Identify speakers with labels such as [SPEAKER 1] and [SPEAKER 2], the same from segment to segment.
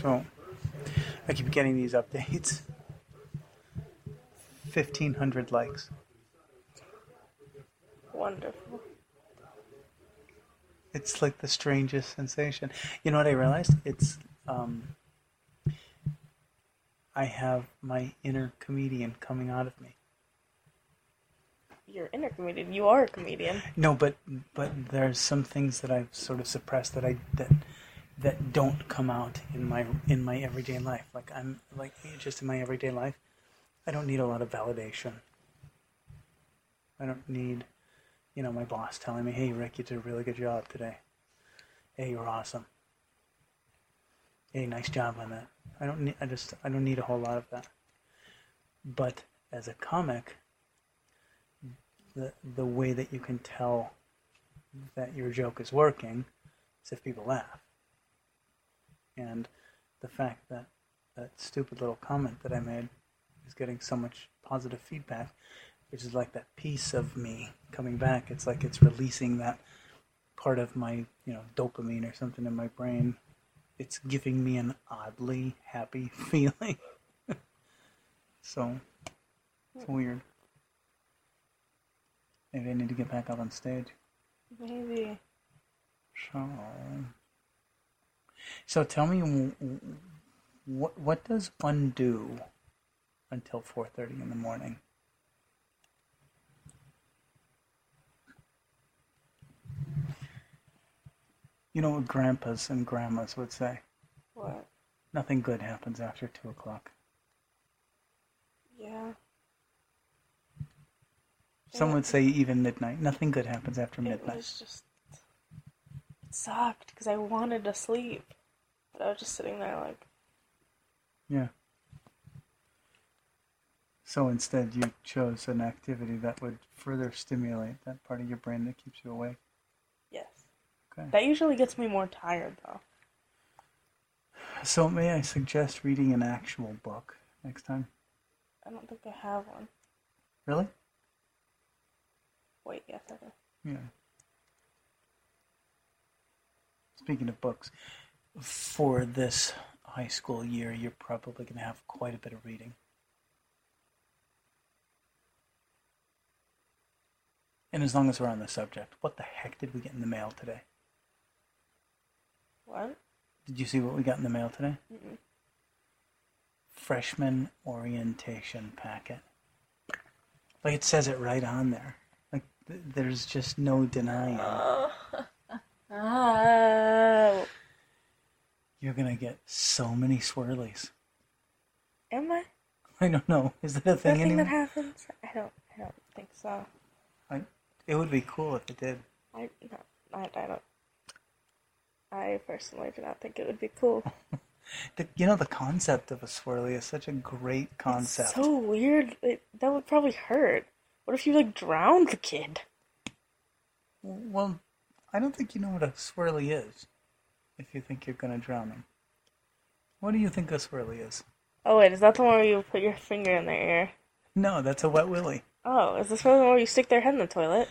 [SPEAKER 1] So I keep getting these updates. 1500 likes.
[SPEAKER 2] Wonderful.
[SPEAKER 1] It's like the strangest sensation. You know what I realized? It's um, I have my inner comedian coming out of me.
[SPEAKER 2] You're inner comedian. You are a comedian.
[SPEAKER 1] No, but but there's some things that I've sort of suppressed that I that that don't come out in my in my everyday life. Like I'm like just in my everyday life, I don't need a lot of validation. I don't need, you know, my boss telling me, "Hey, Rick, you did a really good job today. Hey, you're awesome. Hey, nice job on that." I don't need. I just I don't need a whole lot of that. But as a comic, the the way that you can tell that your joke is working is if people laugh. And the fact that that stupid little comment that I made is getting so much positive feedback, which is like that piece of me coming back. It's like it's releasing that part of my you know dopamine or something in my brain. It's giving me an oddly happy feeling. so it's weird. Maybe I need to get back up on stage.
[SPEAKER 2] Maybe.
[SPEAKER 1] So, so tell me, w- w- what what does one do until four thirty in the morning? You know what grandpas and grandmas would say?
[SPEAKER 2] What?
[SPEAKER 1] Nothing good happens after two o'clock.
[SPEAKER 2] Yeah.
[SPEAKER 1] Some would say even midnight. Nothing good happens after
[SPEAKER 2] It
[SPEAKER 1] midnight.
[SPEAKER 2] was just. It sucked because I wanted to sleep, but I was just sitting there like,
[SPEAKER 1] Yeah. So instead, you chose an activity that would further stimulate that part of your brain that keeps you awake.
[SPEAKER 2] yes.
[SPEAKER 1] Okay.
[SPEAKER 2] That usually gets me more tired though.
[SPEAKER 1] So may I suggest reading an actual book next time?
[SPEAKER 2] I don't think I have one.
[SPEAKER 1] Really?
[SPEAKER 2] Wait, yes, I do.
[SPEAKER 1] Yeah. Speaking of books, for this high school year, you're probably going to have quite a bit of reading. And as long as we're on the subject, what the heck did we get in the mail today?
[SPEAKER 2] What?
[SPEAKER 1] Did you see what we got in the mail today?
[SPEAKER 2] Mm-mm.
[SPEAKER 1] Freshman orientation packet. Like it says it right on there. Like th- there's just no denying.
[SPEAKER 2] Oh.
[SPEAKER 1] You're gonna get so many swirlies.
[SPEAKER 2] Am I?
[SPEAKER 1] I don't know. Is that a
[SPEAKER 2] Is that a
[SPEAKER 1] thing
[SPEAKER 2] thing that
[SPEAKER 1] anymore?
[SPEAKER 2] happens? I don't. I don't think so.
[SPEAKER 1] I, it would be cool if it did.
[SPEAKER 2] I no, I, I don't. I personally do not think it would be cool.
[SPEAKER 1] The, you know, the concept of a swirly is such a great concept.
[SPEAKER 2] It's so weird. It, that would probably hurt. What if you like drowned the kid?
[SPEAKER 1] well, I don't think you know what a swirly is. If you think you're gonna drown him, what do you think a swirly is?
[SPEAKER 2] Oh wait, is that the one where you put your finger in their ear?
[SPEAKER 1] No, that's a wet willy.
[SPEAKER 2] Oh, is this one where you stick their head in the toilet?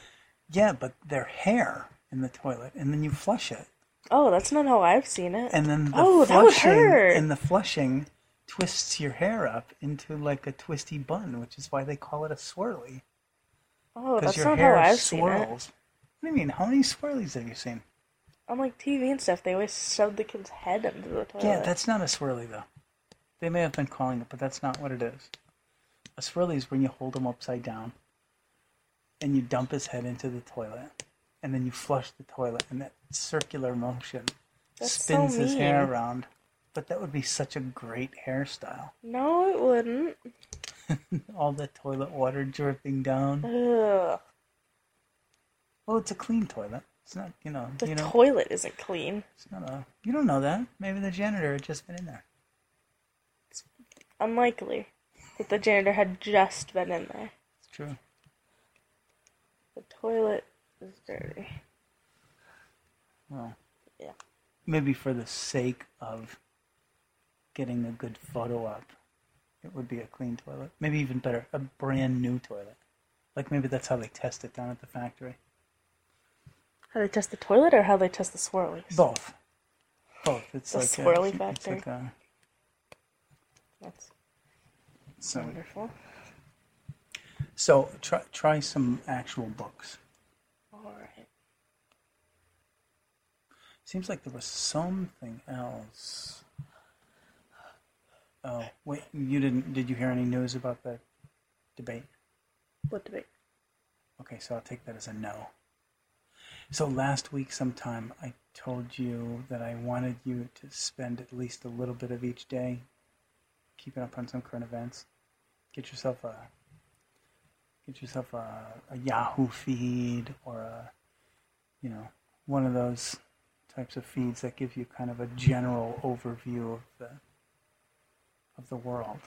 [SPEAKER 1] Yeah, but their hair in the toilet, and then you flush it,
[SPEAKER 2] Oh, that's not how I've seen it.
[SPEAKER 1] and then the
[SPEAKER 2] Oh, that would
[SPEAKER 1] flushing
[SPEAKER 2] hurt.
[SPEAKER 1] and the flushing twists your hair up into like a twisty bun, which is why they call it a swirly.
[SPEAKER 2] oh,
[SPEAKER 1] Because
[SPEAKER 2] that's
[SPEAKER 1] your
[SPEAKER 2] not how
[SPEAKER 1] hair
[SPEAKER 2] I've seen it.
[SPEAKER 1] swirls. What do you mean? How many swirlies have you seen?
[SPEAKER 2] On like TV and stuff, they always shove the kid's head into the toilet.
[SPEAKER 1] Yeah, that's not a swirly though. They may have been calling it, but that's not what it is. A swirly is when you hold him upside down and you dump his head into the toilet and then you flush the toilet and that circular motion
[SPEAKER 2] That's so
[SPEAKER 1] spins his hair
[SPEAKER 2] mean.
[SPEAKER 1] around. But that would be such a great hairstyle.
[SPEAKER 2] no, it wouldn't.
[SPEAKER 1] All the toilet water dripping down.
[SPEAKER 2] Ugh.
[SPEAKER 1] Well, it's a clean toilet. It's not, you know,
[SPEAKER 2] The
[SPEAKER 1] you know,
[SPEAKER 2] toilet isn't clean.
[SPEAKER 1] it's not a. You don't know that. Maybe the janitor had just been in there.
[SPEAKER 2] Unlikely that the janitor had just been in there.
[SPEAKER 1] It's true.
[SPEAKER 2] The toilet is dirty.
[SPEAKER 1] Well,
[SPEAKER 2] Yeah.
[SPEAKER 1] maybe for the sake of getting a good photo up, it would be a clean toilet. Maybe even better, a brand new toilet. Like maybe that's how they test it down at the factory.
[SPEAKER 2] How they test the toilet or how they test the swirlies?
[SPEAKER 1] Both. both. It's
[SPEAKER 2] The
[SPEAKER 1] like
[SPEAKER 2] swirly
[SPEAKER 1] a, It's
[SPEAKER 2] factor.
[SPEAKER 1] like a,
[SPEAKER 2] That's
[SPEAKER 1] so
[SPEAKER 2] wonderful.
[SPEAKER 1] so try try some actual books.
[SPEAKER 2] All right.
[SPEAKER 1] Seems like there was something else. Oh wait, you didn't? Did you hear any news about the debate?
[SPEAKER 2] What debate?
[SPEAKER 1] Okay, so I'll take that as a no. So last week, sometime, I told you that I wanted you to spend at least a little bit of each day keeping up on some current events. Get yourself a get yourself a, a Yahoo feed or a you know one of those types of feeds that give you kind of a general overview of the of the world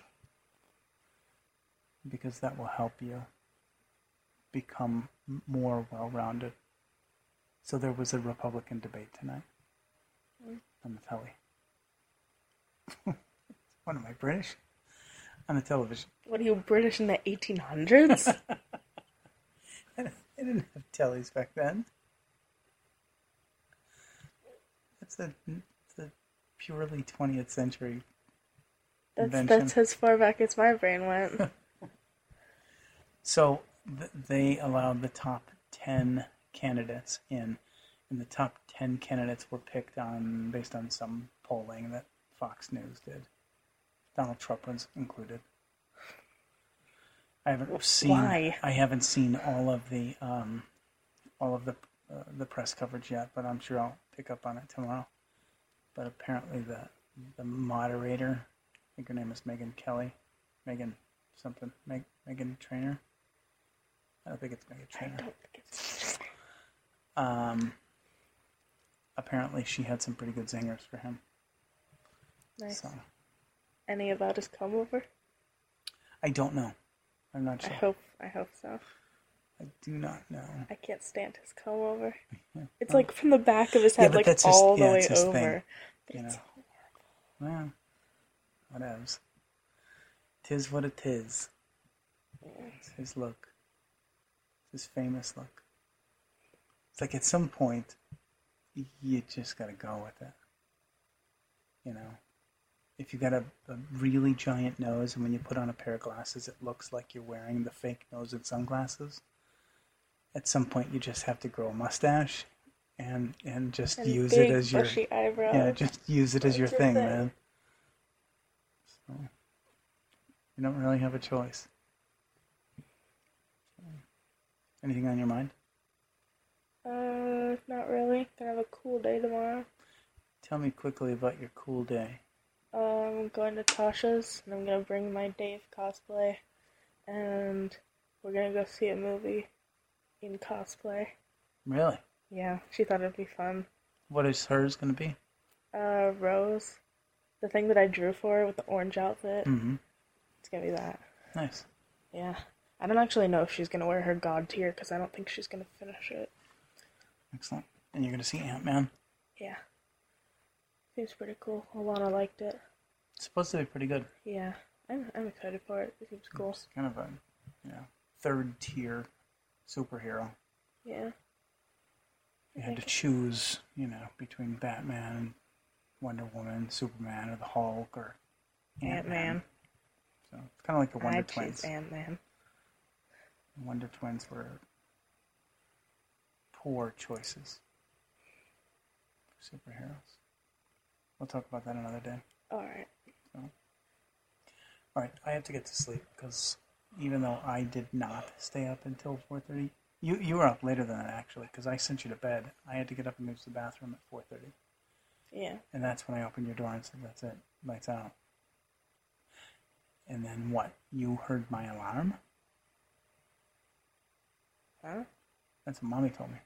[SPEAKER 1] because that will help you become m- more well-rounded. So there was a Republican debate tonight
[SPEAKER 2] Mm.
[SPEAKER 1] on the telly. what am I British? On the television,
[SPEAKER 2] What are you British in the 1800s?
[SPEAKER 1] they didn't have tellys back then. That's a, it's a purely 20th century.
[SPEAKER 2] that's
[SPEAKER 1] Invention.
[SPEAKER 2] that's as far back as my brain went.
[SPEAKER 1] So th- they allowed the top 10 candidates in, and the top 10 candidates were picked on based on some polling that Fox News did. Donald Trump was included. I haven't seen.
[SPEAKER 2] Why?
[SPEAKER 1] I haven't seen all of the um, all of the uh, the press coverage yet, but I'm sure I'll pick up on it tomorrow. But apparently, the the moderator, I think her name is Megan Kelly, Megan something, Meg, Megan Trainer. I don't think it's Megan
[SPEAKER 2] I
[SPEAKER 1] Trainer.
[SPEAKER 2] don't think it's.
[SPEAKER 1] Um, apparently, she had some pretty good zingers for him.
[SPEAKER 2] Nice.
[SPEAKER 1] So
[SPEAKER 2] Any about his come over?
[SPEAKER 1] I don't know. I'm not
[SPEAKER 2] I
[SPEAKER 1] sure.
[SPEAKER 2] hope. I hope so.
[SPEAKER 1] I do not know.
[SPEAKER 2] I can't stand his come over.
[SPEAKER 1] Yeah.
[SPEAKER 2] It's like from the back of his
[SPEAKER 1] Yeah,
[SPEAKER 2] head,
[SPEAKER 1] but
[SPEAKER 2] like
[SPEAKER 1] that's his-
[SPEAKER 2] all the
[SPEAKER 1] yeah,
[SPEAKER 2] way
[SPEAKER 1] it's his
[SPEAKER 2] over.
[SPEAKER 1] thing,
[SPEAKER 2] But
[SPEAKER 1] you
[SPEAKER 2] it's
[SPEAKER 1] know. Well, whatevs. Tis what it is. It's his look. It's his famous look. It's like at some point, y- you just gotta go with it. You know? If you got a, a really giant nose and when you put on a pair of glasses, it looks like you're wearing the fake nose and sunglasses. At some point, you just have to grow a mustache and, and just
[SPEAKER 2] and
[SPEAKER 1] use
[SPEAKER 2] big
[SPEAKER 1] it as your.
[SPEAKER 2] bushy eyebrows.
[SPEAKER 1] Yeah, just use it as
[SPEAKER 2] It's
[SPEAKER 1] your
[SPEAKER 2] your
[SPEAKER 1] thing,
[SPEAKER 2] thing.
[SPEAKER 1] man. So, you don't really have a choice. Anything on your mind?
[SPEAKER 2] Uh, not really. Gonna have a cool day tomorrow.
[SPEAKER 1] Tell me quickly about your cool day.
[SPEAKER 2] Um, I'm going to Tasha's and I'm gonna bring my Dave cosplay, and we're gonna go see a movie in cosplay.
[SPEAKER 1] Really?
[SPEAKER 2] Yeah, she thought it'd be fun.
[SPEAKER 1] What is hers going to be?
[SPEAKER 2] Uh, Rose, the thing that I drew for her with the orange outfit,
[SPEAKER 1] Mm-hmm.
[SPEAKER 2] Mm. it's gonna be that.
[SPEAKER 1] Nice.
[SPEAKER 2] Yeah, I don't actually know if she's gonna wear her god tier because I don't think she's gonna finish it.
[SPEAKER 1] Excellent. And you're going to see Ant Man.
[SPEAKER 2] Yeah, seems pretty cool. Alana liked it.
[SPEAKER 1] It's supposed to be pretty good.
[SPEAKER 2] Yeah, I'm I'm excited for it. It seems cool.
[SPEAKER 1] It's kind of a you know, third tier superhero.
[SPEAKER 2] Yeah.
[SPEAKER 1] You had to choose, you know, between Batman, Wonder Woman, Superman, or the Hulk, or
[SPEAKER 2] Ant
[SPEAKER 1] Ant-Man.
[SPEAKER 2] Man.
[SPEAKER 1] So it's kind of like the Wonder
[SPEAKER 2] I
[SPEAKER 1] Twins.
[SPEAKER 2] choose Ant Man.
[SPEAKER 1] The Wonder Twins were poor choices for superheroes. We'll talk about that another day.
[SPEAKER 2] All right.
[SPEAKER 1] All right, I have to get to sleep because even though I did not stay up until 4:30, you you were up later than that actually because I sent you to bed. I had to get up and go to the bathroom at 4:30.
[SPEAKER 2] Yeah.
[SPEAKER 1] And that's when I opened your door and said, That's it, lights out. And then what? You heard my alarm?
[SPEAKER 2] Huh?
[SPEAKER 1] That's what mommy told me.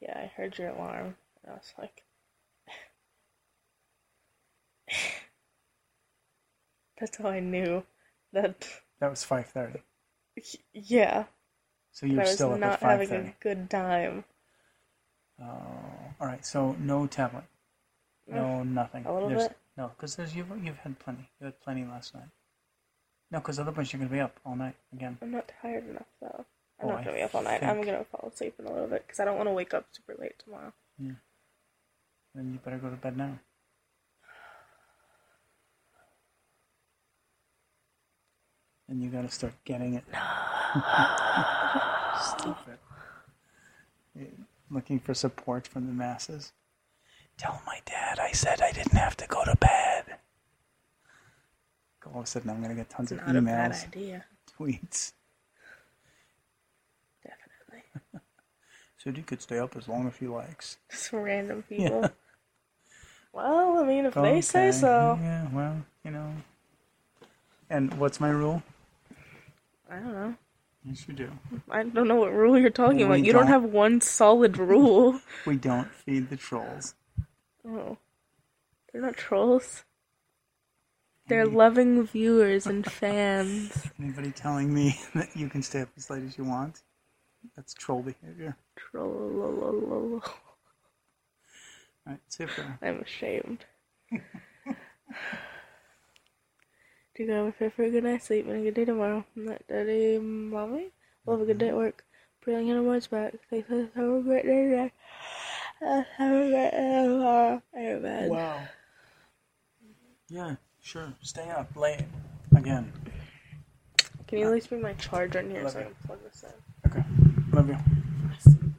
[SPEAKER 2] Yeah, I heard your alarm. And I was like, that's how I knew that.
[SPEAKER 1] That was five thirty.
[SPEAKER 2] Yeah,
[SPEAKER 1] So you
[SPEAKER 2] that
[SPEAKER 1] were
[SPEAKER 2] I was
[SPEAKER 1] still up at
[SPEAKER 2] not
[SPEAKER 1] five
[SPEAKER 2] having a
[SPEAKER 1] thirty.
[SPEAKER 2] good time.
[SPEAKER 1] Oh, all right. So no tablet, no nothing.
[SPEAKER 2] Mm. a little
[SPEAKER 1] there's,
[SPEAKER 2] bit.
[SPEAKER 1] No, because there's you've you've had plenty. You had plenty last night. No, because otherwise you're gonna be up all night again.
[SPEAKER 2] I'm not tired enough though. I'm
[SPEAKER 1] Oh, I
[SPEAKER 2] not gonna be up all night. I'm
[SPEAKER 1] think-
[SPEAKER 2] gonna fall asleep in a little bit because I don't want to wake up super late tomorrow.
[SPEAKER 1] Then you better go to bed now. and you got to start getting it. Stupid. Looking for support from the masses. Tell my dad I said I didn't have to go to bed. All of a sudden, I'm going to get tons
[SPEAKER 2] It's
[SPEAKER 1] of
[SPEAKER 2] not a bad
[SPEAKER 1] emails,
[SPEAKER 2] idea.
[SPEAKER 1] tweets.
[SPEAKER 2] Definitely.
[SPEAKER 1] Said you could stay up as long as she likes.
[SPEAKER 2] Just random
[SPEAKER 1] Yeah.
[SPEAKER 2] people. Well, I mean, if they say
[SPEAKER 1] Okay,
[SPEAKER 2] so.
[SPEAKER 1] Yeah, well, you know. And what's my rule?
[SPEAKER 2] I don't know.
[SPEAKER 1] Yes, you do.
[SPEAKER 2] I don't know what rule you're talking
[SPEAKER 1] We
[SPEAKER 2] about. You don't,
[SPEAKER 1] don't.
[SPEAKER 2] have one solid rule.
[SPEAKER 1] We don't feed the trolls.
[SPEAKER 2] oh. They're not trolls. They're loving viewers and fans.
[SPEAKER 1] Anybody telling me that you can stay up as late as you want? That's troll behavior. All
[SPEAKER 2] Troll.
[SPEAKER 1] right, super.
[SPEAKER 2] I'm ashamed. Do you go with her for a good night's sleep and a good day tomorrow? Not daddy, mommy. We'll have a good day at work. Brilliant and awards back. Thanks for have a great day today. Uh, Have a great day tomorrow. Amen.
[SPEAKER 1] Wow. Yeah, sure. Stay up late. Again.
[SPEAKER 2] Can you at least bring my charger in here
[SPEAKER 1] Love
[SPEAKER 2] so I
[SPEAKER 1] it.
[SPEAKER 2] can plug this in?
[SPEAKER 1] Okay. Love you.
[SPEAKER 2] Awesome.